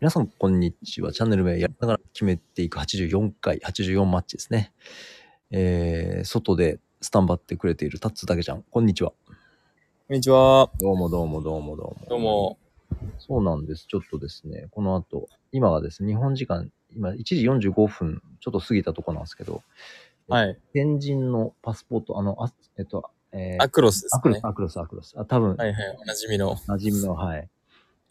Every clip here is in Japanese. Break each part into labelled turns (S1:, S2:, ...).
S1: 皆さん、こんにちは。チャンネル名やりながら決めていく84回、84マッチですね。えー、外でスタンバってくれているタッツだけちゃん、こんにちは。
S2: こんにちは。
S1: どうもどうもどうもどうも。
S2: どう。も。
S1: そうなんです。ちょっとですね、この後、今がですね、日本時間、今1時45分、ちょっと過ぎたとこなんですけど、
S2: はい。
S1: 天神のパスポート、あの、あえっと、えー
S2: アクロスで
S1: ア
S2: す
S1: クロス
S2: ね、。
S1: アクロス、アクロス。あ、多分、
S2: はいはい。おなじみの。
S1: 馴染みの、はい。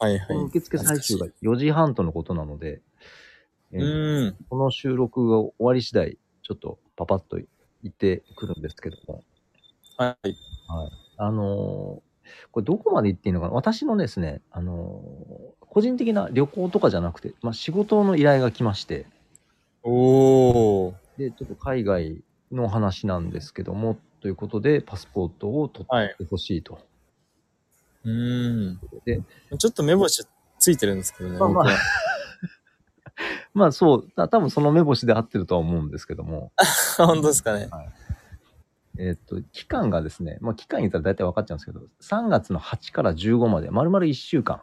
S2: はいはい。う
S1: 受付最終が4時半とのことなので、えー
S2: ーん。
S1: この収録が終わり次第、ちょっとパパッと行ってくるんですけども、
S2: はい。
S1: あのーこれどこまで行っていいのかな私のですね、あのー個人的な旅行とかじゃなくて、まあ、仕事の依頼が来まして、
S2: おー。
S1: で、ちょっと海外の話なんですけども、ということで、パスポートを取
S2: はい。
S1: ってほしいと。
S2: うーん。
S1: で
S2: ちょっと目星ついてるんですけどね。
S1: まあまあ
S2: 僕は
S1: まあそう、た多分その目星で合ってるとは思うんですけども、
S2: 本当ですかね。
S1: えっと、期間がですね、まあ期間言ったら大体分かっちゃうんですけど、3月の8から15まで、丸々1週間、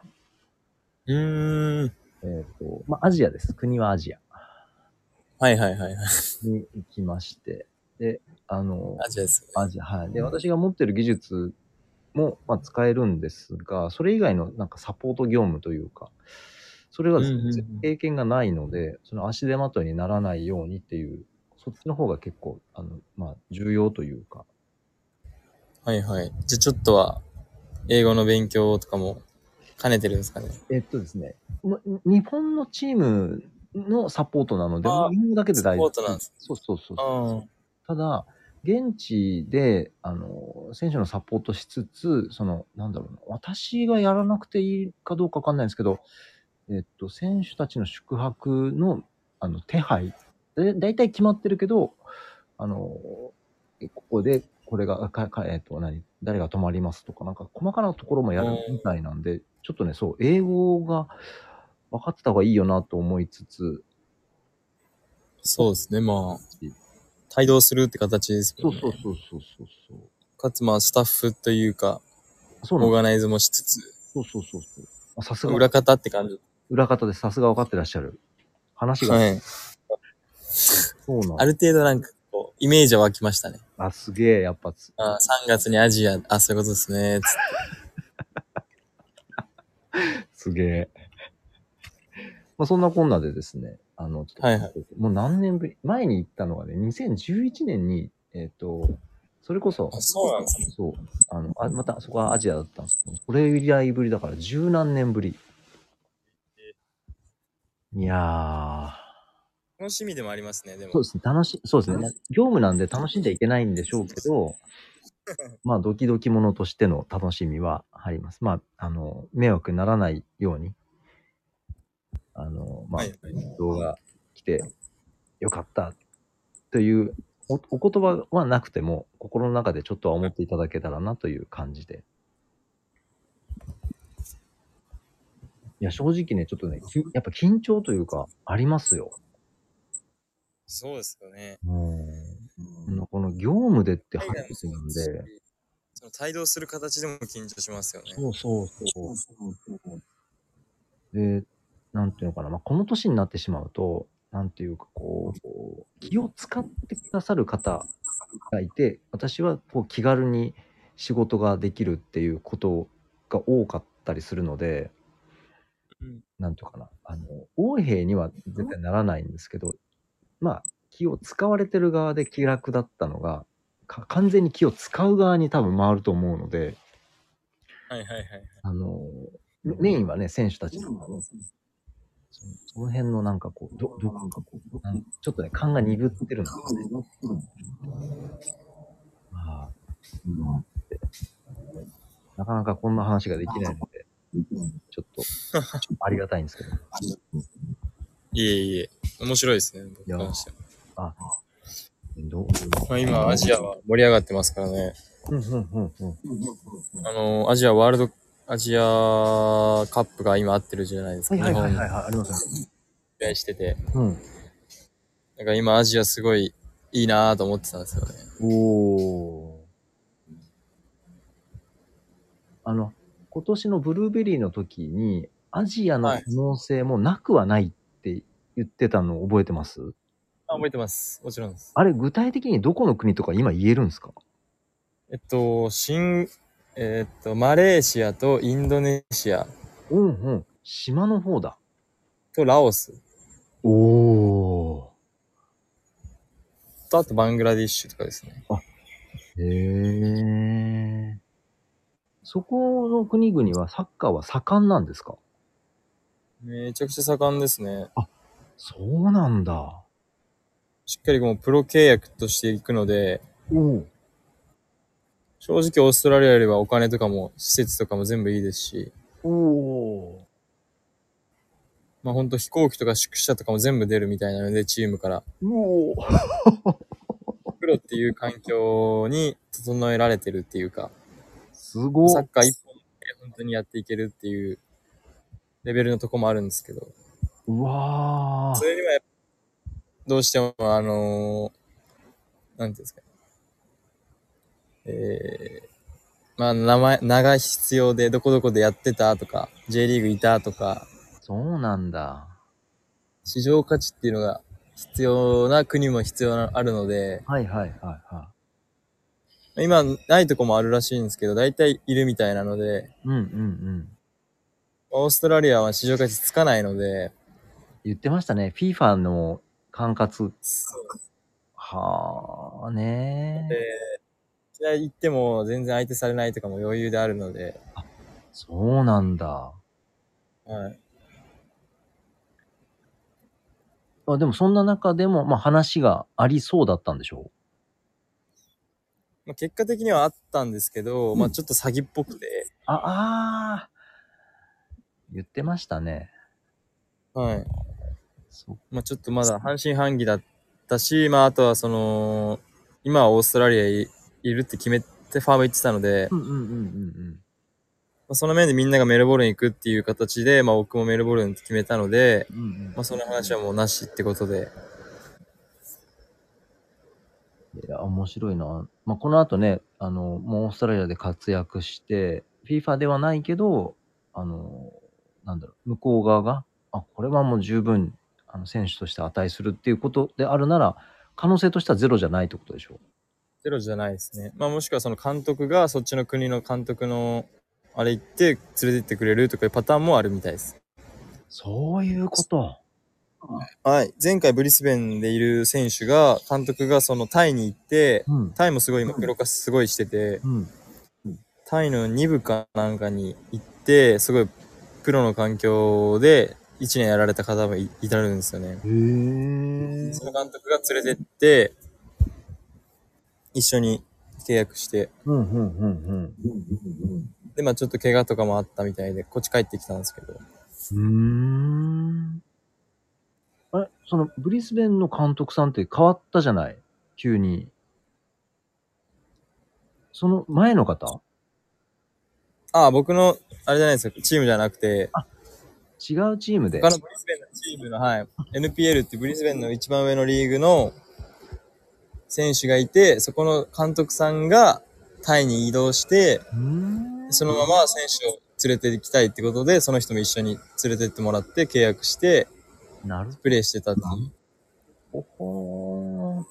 S2: うーん。
S1: えっ、と、まあアジアです。国はアジア
S2: はいはいはいはい。
S1: に行きまして、で、あの、
S2: アジアですよね。
S1: アジア、はい。で、私が持ってる技術も、まあ、使えるんですが、それ以外のなんかサポート業務というか、それはですね
S2: うんうんうん
S1: 経験がないので、その足手まといにならないようにっていう、そっちの方が結構、あの、まあ、重要というか、
S2: はいはい。じゃあちょっとは、英語の勉強とかも兼ねてるんですかね。
S1: えっとですね、も日本のチームのサポートなので、日
S2: あー
S1: 本語だけで大丈夫。
S2: サポートなんです
S1: そうそうそう。
S2: うん。
S1: ただ、現地で、あの、選手のサポートしつつ、その、なんだろうな、私がやらなくていいかどうかわかんないんですけど、えっと、選手たちの宿泊の、あの、手配、だだいたい決まってるけど、あの、えここで、これが、かかえっと、何、誰が泊まりますとか、なんか、細かなところもやるみたいなんで、ちょっとね、そう、英語が分かってた方がいいよなと思いつつ、
S2: そうですね。まあ、帯同するって形ですけ
S1: そ
S2: ど、
S1: う
S2: ね。
S1: そうそうそうそうそう。
S2: かつまあ、スタッフというか、
S1: そうなん
S2: オー
S1: です
S2: ガナイズもしつつ、
S1: そうそうそうそう。あさすが
S2: 裏方って感じ。
S1: 裏方でさすが分かってらっしゃる。話が、
S2: はい。
S1: そうなん
S2: ある程度なんかこう、イメージは湧きましたね。
S1: あ、すげえ、やっぱつ、
S2: あ3月にアジア、あ、そういうことですね。つって
S1: すげえ。まあ、そんなこんなでですね、あの、ちょっと
S2: はいは
S1: もう何年ぶり、前に行ったのがね、2011年に、えっ、と、それこそ、
S2: あそうなん ですね。
S1: そう、あの、あまたそこはアジアだったんですけど、それ以来ぶりだから十何年ぶり。いや
S2: 楽しみでもありますね、で
S1: ー、
S2: も。
S1: そうですね、楽し、そうですね、まあ業務なんで楽しんじゃいけないんでしょうけ ど、まあ、ドキドキものとしての楽しみはあります。まあ、あの、迷惑にならないように、あの、まあ、
S2: はいはい
S1: 動画来てよかったというお、お言葉はなくても、心の中でちょっとは思っていただけたらなという感じで。いや、正直ね、ちょっとね、きやっぱ緊張というか、ありますよ。
S2: そうですよね。
S1: うん。この業務でって初めてなんで、
S2: その帯同する形でも緊張しますよね。
S1: そうそうそう。で、なんていうのかな、まあ、この年になってしまうと、なんていうかこう、気を使ってくださる方がいて、私はこう気軽に仕事ができるっていうことが多かったりするので、
S2: うん
S1: なんていうかな、あの、横兵には絶対ならないんですけど、まあ、気を使われてる側で気楽だったのが、か完全に気を使う側に多分回ると思うので、
S2: はいはいはい。
S1: あの、メメインはね、選手たちの、そのその辺のなんかこう、ど、ど、なんかこう、なんちょっとね、勘が鈍ってるんですね。まあなかなかこんな話ができないので、ちょっと、 ありがたいんですけど。
S2: いえいえ、面白いですね、僕からしても
S1: あ、どう
S2: まあ、今、アジアは盛り上がってますからね。
S1: うん、うん、うん、うん。
S2: あの、アジアワールド、アジアカップが今合ってるじゃないです
S1: は
S2: か。
S1: いはいはい
S2: 日本
S1: はい、はい、ありますね。
S2: 期待してて。
S1: うん。
S2: なんか今、アジアすごいいいなぁと思ってたんですよね。
S1: おーあの、今年のブルーベリーの時に、アジアの可能性もなくはないって言ってたのを覚えてます、
S2: あ、覚えてます。もちろんです。
S1: あれ、具体的にどこの国とか今言えるんですか
S2: えっと、新、えっと、マレーシアとインドネシア
S1: うんうん。島の方だ。
S2: とラオス
S1: おお。
S2: と、あとバングラディッシュとかですね。
S1: へえ。そこの国々はサッカーは盛んなんですか
S2: めちゃくちゃ盛んですね。
S1: そうなんだ。
S2: しっかりもうプロ契約としていくので、
S1: おお。
S2: 正直オーストラリアよりはお金とかも施設とかも全部いいですし、
S1: おお。
S2: まあほんと飛行機とか宿舎とかも全部出るみたいなので、チームから。
S1: おお。
S2: プロっていう環境に整えられてるっていうか、
S1: すご
S2: サ
S1: い
S2: ッ。カー一本で本当にやっていけるっていうレベルのとこもあるんですけど、
S1: うわ
S2: そ
S1: ー
S2: れにはやっぱどうしても、あのーなんていうんですかね。えー、まあ名前、名が必要で、どこどこでやってたとか、J リーグいたとか、
S1: そうなんだ。
S2: 市場価値っていうのが必要な国も必要な、あるので、
S1: はいはいはいは
S2: 今、ないとこもあるらしいんですけど、大体いるみたいなので、
S1: い。うんうんうん。
S2: オーストラリアは市場価値つかないので、
S1: 言ってましたね。FIFA の管轄。
S2: そう
S1: はあね
S2: で、試合行っても全然相手されないとかも余裕であるので、
S1: そうなんだ。
S2: はい。
S1: あでもそんな中でも、まあ、話がありそうだったんでしょ
S2: まあ、結果的にはあったんですけど、
S1: うん
S2: まあちょっと詐欺っぽくて、
S1: うあ、ああー。言ってましたね。
S2: はい。
S1: そ
S2: まあちょっとまだ半信半疑だったし、まああとはその、今はオーストラリアいいるって決めてファーム行ってたので、
S1: うんうんうんうん
S2: まあ、その面でみんながメルボルン行くっていう形で、まあ僕もメルボルンって決めたので、
S1: うん。うんうん
S2: まあその話はもうなしってことで、
S1: いや、面白いな。まあ、この後ね、あの、もうオーストラリアで活躍して、FIFA ではないけど、あの、なんだろう、向こう側が、あ、これはもう十分、あの、選手として値するっていうことであるなら、可能性としてはゼロじゃないってことでしょ
S2: ゼロじゃないですね。まあもしくはその監督がそっちの国の監督のあれ行って連れてってくれるとかいうパターンもあるみたいです。
S1: そういうこと。
S2: はい。前回ブリスベンでいる選手が、監督がそのタイに行って、
S1: うん。
S2: タイもすごい今黒化すごいしてて、
S1: うん。
S2: タイの2部かなんかに行って、すごいプロの環境で1年やられた方もいいたるんですよね。
S1: へえ。
S2: その監督が連れてって、一緒に契約して、
S1: うん、うん、うん、うん。
S2: で、まあちょっと怪我とかもあったみたいで、こっち帰ってきたんですけど。
S1: うーん。あれ、その、ブリスベンの監督さんって変わったじゃない急に。その前の方
S2: ああ、僕の、あれじゃないですか、チームじゃなくて、
S1: 違うチームで。
S2: 他のブリスベンのチームの、はい、NPL ってブリスベンの一番上のリーグの選手がいて、そこの監督さんがタイに移動して、
S1: うーん
S2: そのまま選手を連れて行きたいってことで、その人も一緒に連れてってもらって契約して、
S1: なる
S2: プレーしてたっていう。
S1: ほど。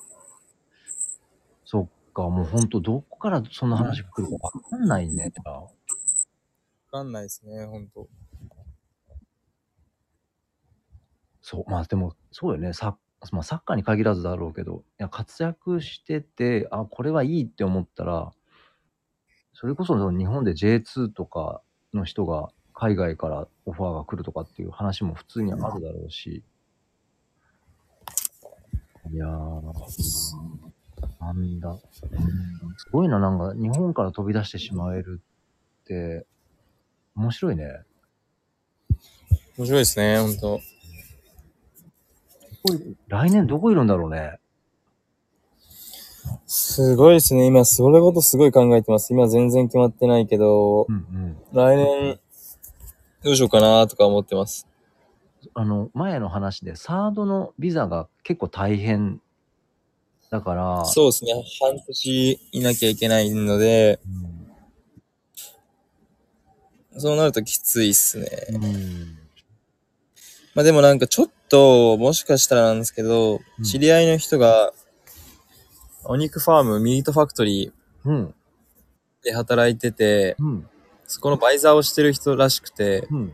S1: そっか、もうほんと、どこからそんな話が来るかわかんないね。
S2: わかんないですね、ほんと。
S1: そう、まあでも、そうよね。サッ,、まあ、サッカーに限らずだろうけど、いや活躍してて、あ、これはいいって思ったら、それこそその日本で J2 とかの人が海外からオファーが来るとかっていう話も普通にあるだろうし。いやー、なんだ。すごいな、なんか日本から飛び出してしまえるって、面白いね。
S2: 面白いですね、ほんと。
S1: 来年どこいるんだろうね。
S2: すごいですね、今、それことすごい考えてます。今全然決まってないけど
S1: う、んうん。
S2: 来年、どうしようかなとか思ってます。
S1: あの、前の話で、サードのビザが結構大変だから、
S2: そうですね。半年いなきゃいけないので、
S1: うん
S2: そうなるときついっすね。
S1: うん。
S2: まあでもなんかちょっと、もしかしたらなんですけど、
S1: うん
S2: 知り合いの人が、お肉ファーム、ミートファクトリ
S1: うん。
S2: ーで働いてて、
S1: うん。
S2: そこのバイザーをしてる人らしくて、
S1: うん。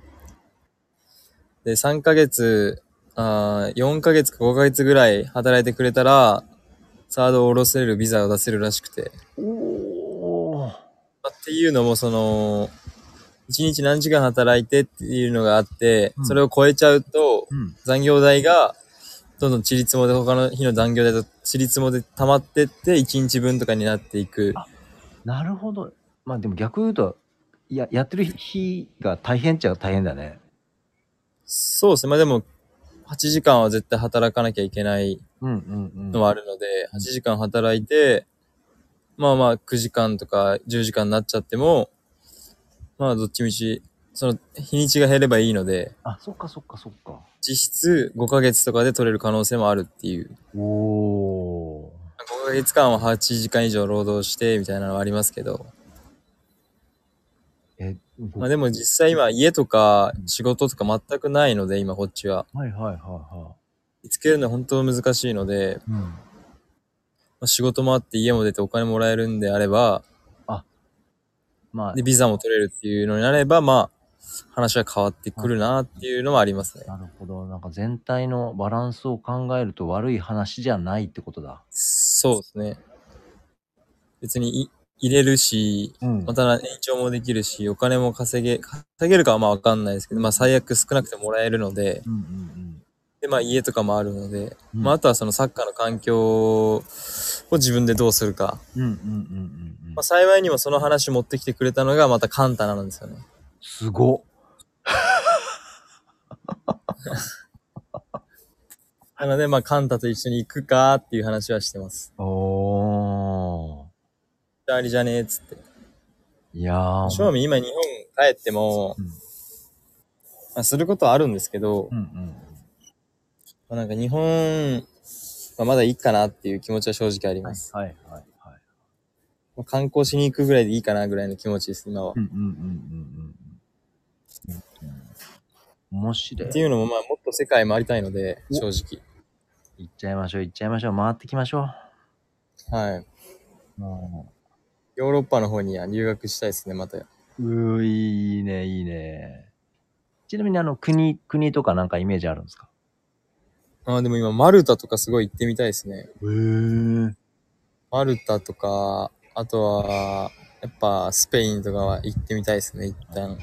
S2: で、3ヶ月、あー4ヶ月か5ヶ月ぐらい働いてくれたら、サードを下ろせるビザを出せるらしくて。
S1: おー。
S2: まあっていうのも、その、1日何時間働いてっていうのがあって、
S1: うん
S2: それを超えちゃうと、
S1: うん。
S2: 残業代がどんどんちりつもで他の日の残業代とちりつもで溜まってって1日分とかになっていく
S1: あなるほど。まあでも逆言うと、いや、やってる日が大変っちゃ大変だね。
S2: そうですねまあでも8時間は絶対働かなきゃいけない
S1: うんうんうん。
S2: のはあるので8時間働いてまあまあ9時間とか10時間になっちゃってもまあどっちみちその日にちが減ればいいので
S1: あ、そっかそっかそっか。
S2: 実質5ヶ月とかで取れる可能性もあるっていう
S1: おー。
S2: 5ヶ月間は8時間以上労働してみたいなのはありますけど
S1: え、
S2: まあでも実際今家とか仕事とか全くないので今こっちは。
S1: はいはいはいは
S2: 見つけるのは本当難しいので、
S1: い。うん。
S2: まあ、仕事もあって家も出てお金もらえるんであれば、
S1: まあ
S2: で、、ビザも取れるっていうのになれば、まあ、話は変わってくるなっていうのはありますね。
S1: なるほど。なんか全体のバランスを考えると悪い話じゃないってことだ。
S2: そうですね。別にい入れるし、
S1: うん
S2: また延長もできるし、お金も稼げ、稼げるかはまあわかんないですけど、まあ最悪少なくてもらえるので、
S1: うんうん
S2: で、まあ家とかもあるので、
S1: うん。
S2: まあ、あとはそのサッカーの環境を自分でどうするか。
S1: うんうんうんうんうん
S2: まあ、。幸いにもその話持ってきてくれたのがまたカンタナなんですよね。
S1: すごっ。
S2: なので、まあ、カンタと一緒に行くかっていう話はしてます。
S1: おー。
S2: ありじゃねえっつって。
S1: いやー。
S2: 正味今日本帰っても、
S1: うん
S2: まあ、することはあるんですけど、
S1: う
S2: ま
S1: んうん。
S2: あ、なんか日本、まあ、まだいいかなっていう気持ちは正直あります。
S1: はいはいはい。
S2: まあ観光しに行くぐらいでいいかなぐらいの気持ちです、今は。
S1: うんうんうんうんうんうん。面白い
S2: って。いうのも、まあ、もっと世界回りたいので、
S1: お
S2: 正直。
S1: 行っちゃいましょう、行っちゃいましょう。回ってきましょ
S2: はい。
S1: う。も
S2: ヨーロッパの方には留学したいですね、また。
S1: う、うー、いいね、いいね。ちなみに、あの、国、国とかなんかイメージあるんですか
S2: ああ、でも今、マルタとかすごい行ってみたいですね。
S1: へー。
S2: マルタとか、あとは、やっぱ、スペインとかは行ってみたいですね、一旦。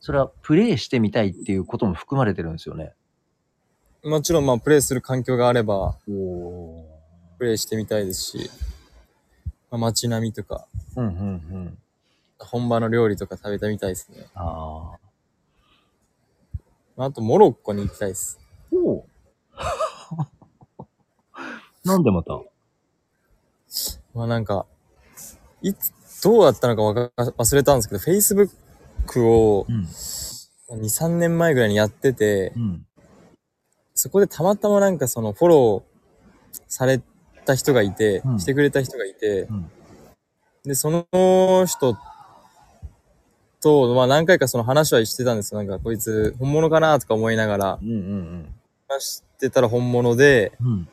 S1: それは、プレイしてみたいっていうことも含まれてるんですよね。
S2: もちろん、まあ、プレイする環境があれば、
S1: おお。
S2: プレイしてみたいですし、まあ、街並みとか、
S1: うんうんうん。
S2: 本場の料理とか食べてみたいですね。
S1: ああ。
S2: まああと、モロッコに行きたいです。
S1: おお。なんでまた
S2: まあ、なんか、いつ、どうだったのかわか忘れたんですけど、Facebook を
S1: うん。
S2: 2、3年前ぐらいにやってて
S1: う、ん。
S2: そこでたまたまなんかそのフォローされた人がいて、
S1: うん
S2: してくれた人がいて、
S1: うん
S2: で、その人と、まあ何回かその話はしてたんですよ。なんかこいつ本物かなとか思いながら
S1: うんうん
S2: 話してたら本物で、
S1: うん。うん。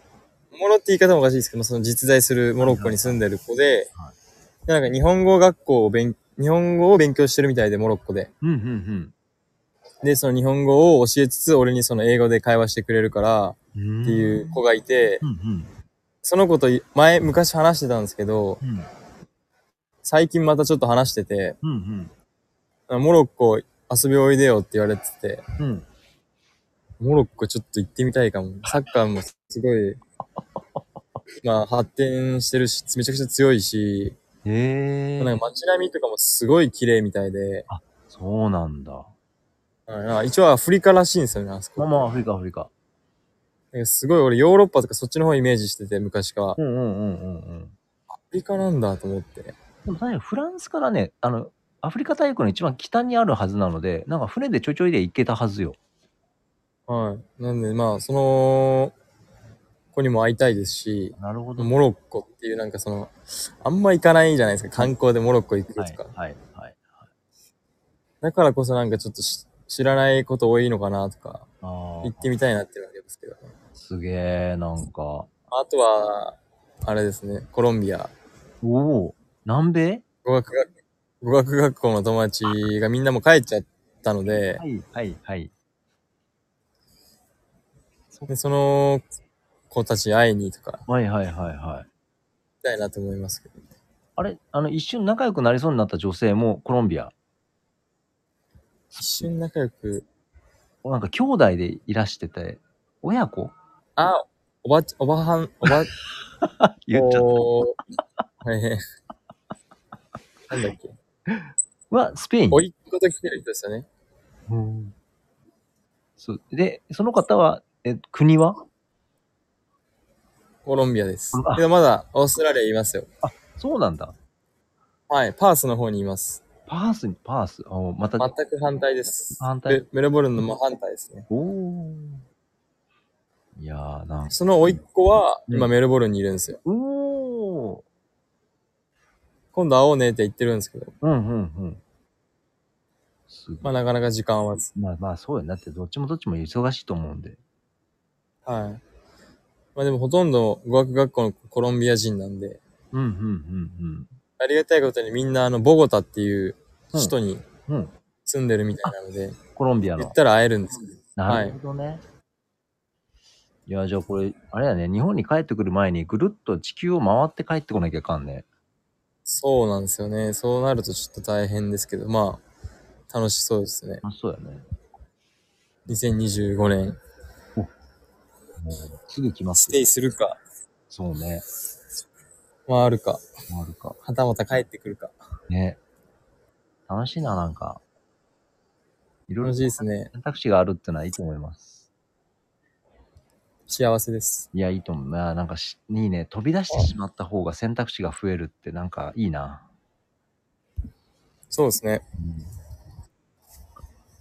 S2: 本物って言い方もおかしいですけど、その実在するモロッコに住んでる子で
S1: は、
S2: でなんか日本語学校を勉、日本語を勉強してるみたいで、モロッコで。
S1: うんうん
S2: で、その日本語を教えつつ、俺にその英語で会話してくれるから、
S1: うん。
S2: っていう子がいて、
S1: うんうん
S2: その子と前、昔話してたんですけど、
S1: うん
S2: 最近またちょっと話してて、
S1: うん
S2: モロッコ遊びおいでよって言われてて、
S1: うんうん
S2: モロッコちょっと行ってみたいかも。サッカーもすごい、まあ発展してるし、めちゃくちゃ強いし、
S1: へ
S2: なん
S1: え
S2: か街並みとかもすごい綺麗みたいで、
S1: そうなんだ
S2: うんなんか一応アフリカらしいんですよね、あそ
S1: ま
S2: こ。
S1: あまあアフリカアフリカ
S2: なんかすごい俺ヨーロッパとかそっちの方イメージしてて、昔から。ア
S1: うんうんうんうんうん
S2: フリカなんだと思って。
S1: でも確かにフランスからねあのアフリカ大陸の一番北にあるはずなのでなんか船でちょいちょいで行けたはずよ
S2: はい。なんでまあ、その子にも会いたいですし、
S1: なるほ
S2: モロッコっていうなんかその、あんま行かないじゃないですか。観光でモロッコ行くと
S1: はい
S2: か。
S1: はいはい
S2: だからこそなんかちょっとし知らないこと多いのかなとか、
S1: あ
S2: 行ってみたいなっていうのはありますけどね。
S1: すげえ、なんか。
S2: あとは、あれですね、コロンビア。
S1: おお南米
S2: 語学学、語学学校の友達がみんなもう帰っちゃったので、
S1: い、はい、はい。
S2: でその子たちに会いにとか、行
S1: はい、はい、はい、はい。
S2: きたいなと思いますけど。
S1: あれあの、一瞬仲良くなりそうになった女性もコロンビア。
S2: 一瞬仲良く、
S1: なんか兄弟でいらしてて、親子
S2: あ、おばち、おばはん、おば、
S1: 言っちゃっ
S2: おはいはい。なんだっけ。
S1: た。は、スペイン。
S2: おいっ子と来てる人ですよね。
S1: うんそうで、その方は、え、国は
S2: コロンビアです
S1: うわ。
S2: けどまだオーストラリアいますよ。
S1: そうなんだ。
S2: はい、パースの方にいます。
S1: パースに、パース。あまた、
S2: 全く反対です。
S1: 反対
S2: メメルボルンの真反対ですね。
S1: おおー。いやー、なん
S2: そのおいっ子は
S1: うん
S2: 今メルボルンにいるんですよ。
S1: おー。
S2: 今度会おうねって言ってるんですけど、
S1: うん、うん、うん。すごい
S2: まあなかなか時間はつ。
S1: まあまあそうよね。だってどっちもどっちも忙しいと思うんで。
S2: はい。まあでもほとんど語学学校のコロンビア人なんで、
S1: うんうんうん
S2: ありがたいことにみんなあのボゴタっていう首都に
S1: うん。うん。
S2: 住んでるみたいなので、
S1: コロンビア
S2: 言
S1: の
S2: っ。たら会えるんですよ。
S1: なるほどね。い、や、じゃあこれ、あれだね。日本に帰ってくる前にぐるっと地球を回って帰ってこなきゃいかんね。
S2: そうなんですよね。そうなるとちょっと大変ですけど、まあ、楽しそうですね。
S1: あ、そうやね。
S2: 2025年、
S1: もうすぐ来ま
S2: ス
S1: す。
S2: テイするか、
S1: そうね。
S2: 回るか、
S1: 回るか。
S2: はたまた帰ってくるか。
S1: ね。楽しいな、なんか。いろい
S2: 楽
S1: ろ
S2: しいですね。
S1: 選択肢があるってのはいいと思います。
S2: 幸せです。
S1: いや、いいと思うな。なんかし、いいね。飛び出してしまった方が選択肢が増えるってなんかいいな。
S2: そうですね。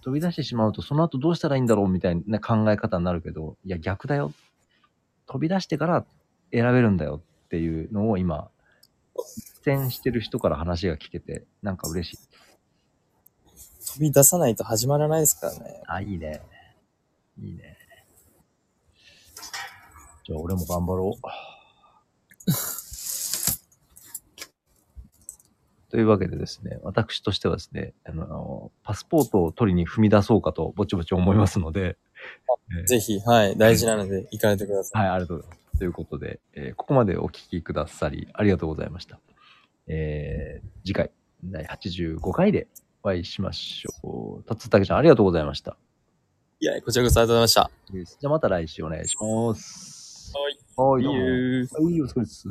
S1: 飛び出してしまうと、その後どうしたらいいんだろうみたいな考え方になるけど、いや、逆だよ。飛び出してから選べるんだよっていうのを今、実践してる人から話が聞けて、なんか嬉しい。
S2: 飛び出さないと始まらないですからね。
S1: あ、いいね。いいね。じゃあ、俺も頑張ろう。 というわけでですね、私としてはですね、あの、パスポートを取りに踏み出そうかと、ぼちぼち思いますので、
S2: ぜひ、はい、大事なので行かれてください。
S1: はい、ありがとうございます。ということで、えーここまでお聞きくださり、ありがとうございました。えー次回、第85回でお会いしましょう。たつたけちゃん、ありがとうございました。
S2: いや、こちらこそありがとうございまし
S1: ですじゃあまた来週お願いします。
S2: はい
S1: はい。
S2: た。
S1: どうもはい、お疲れです。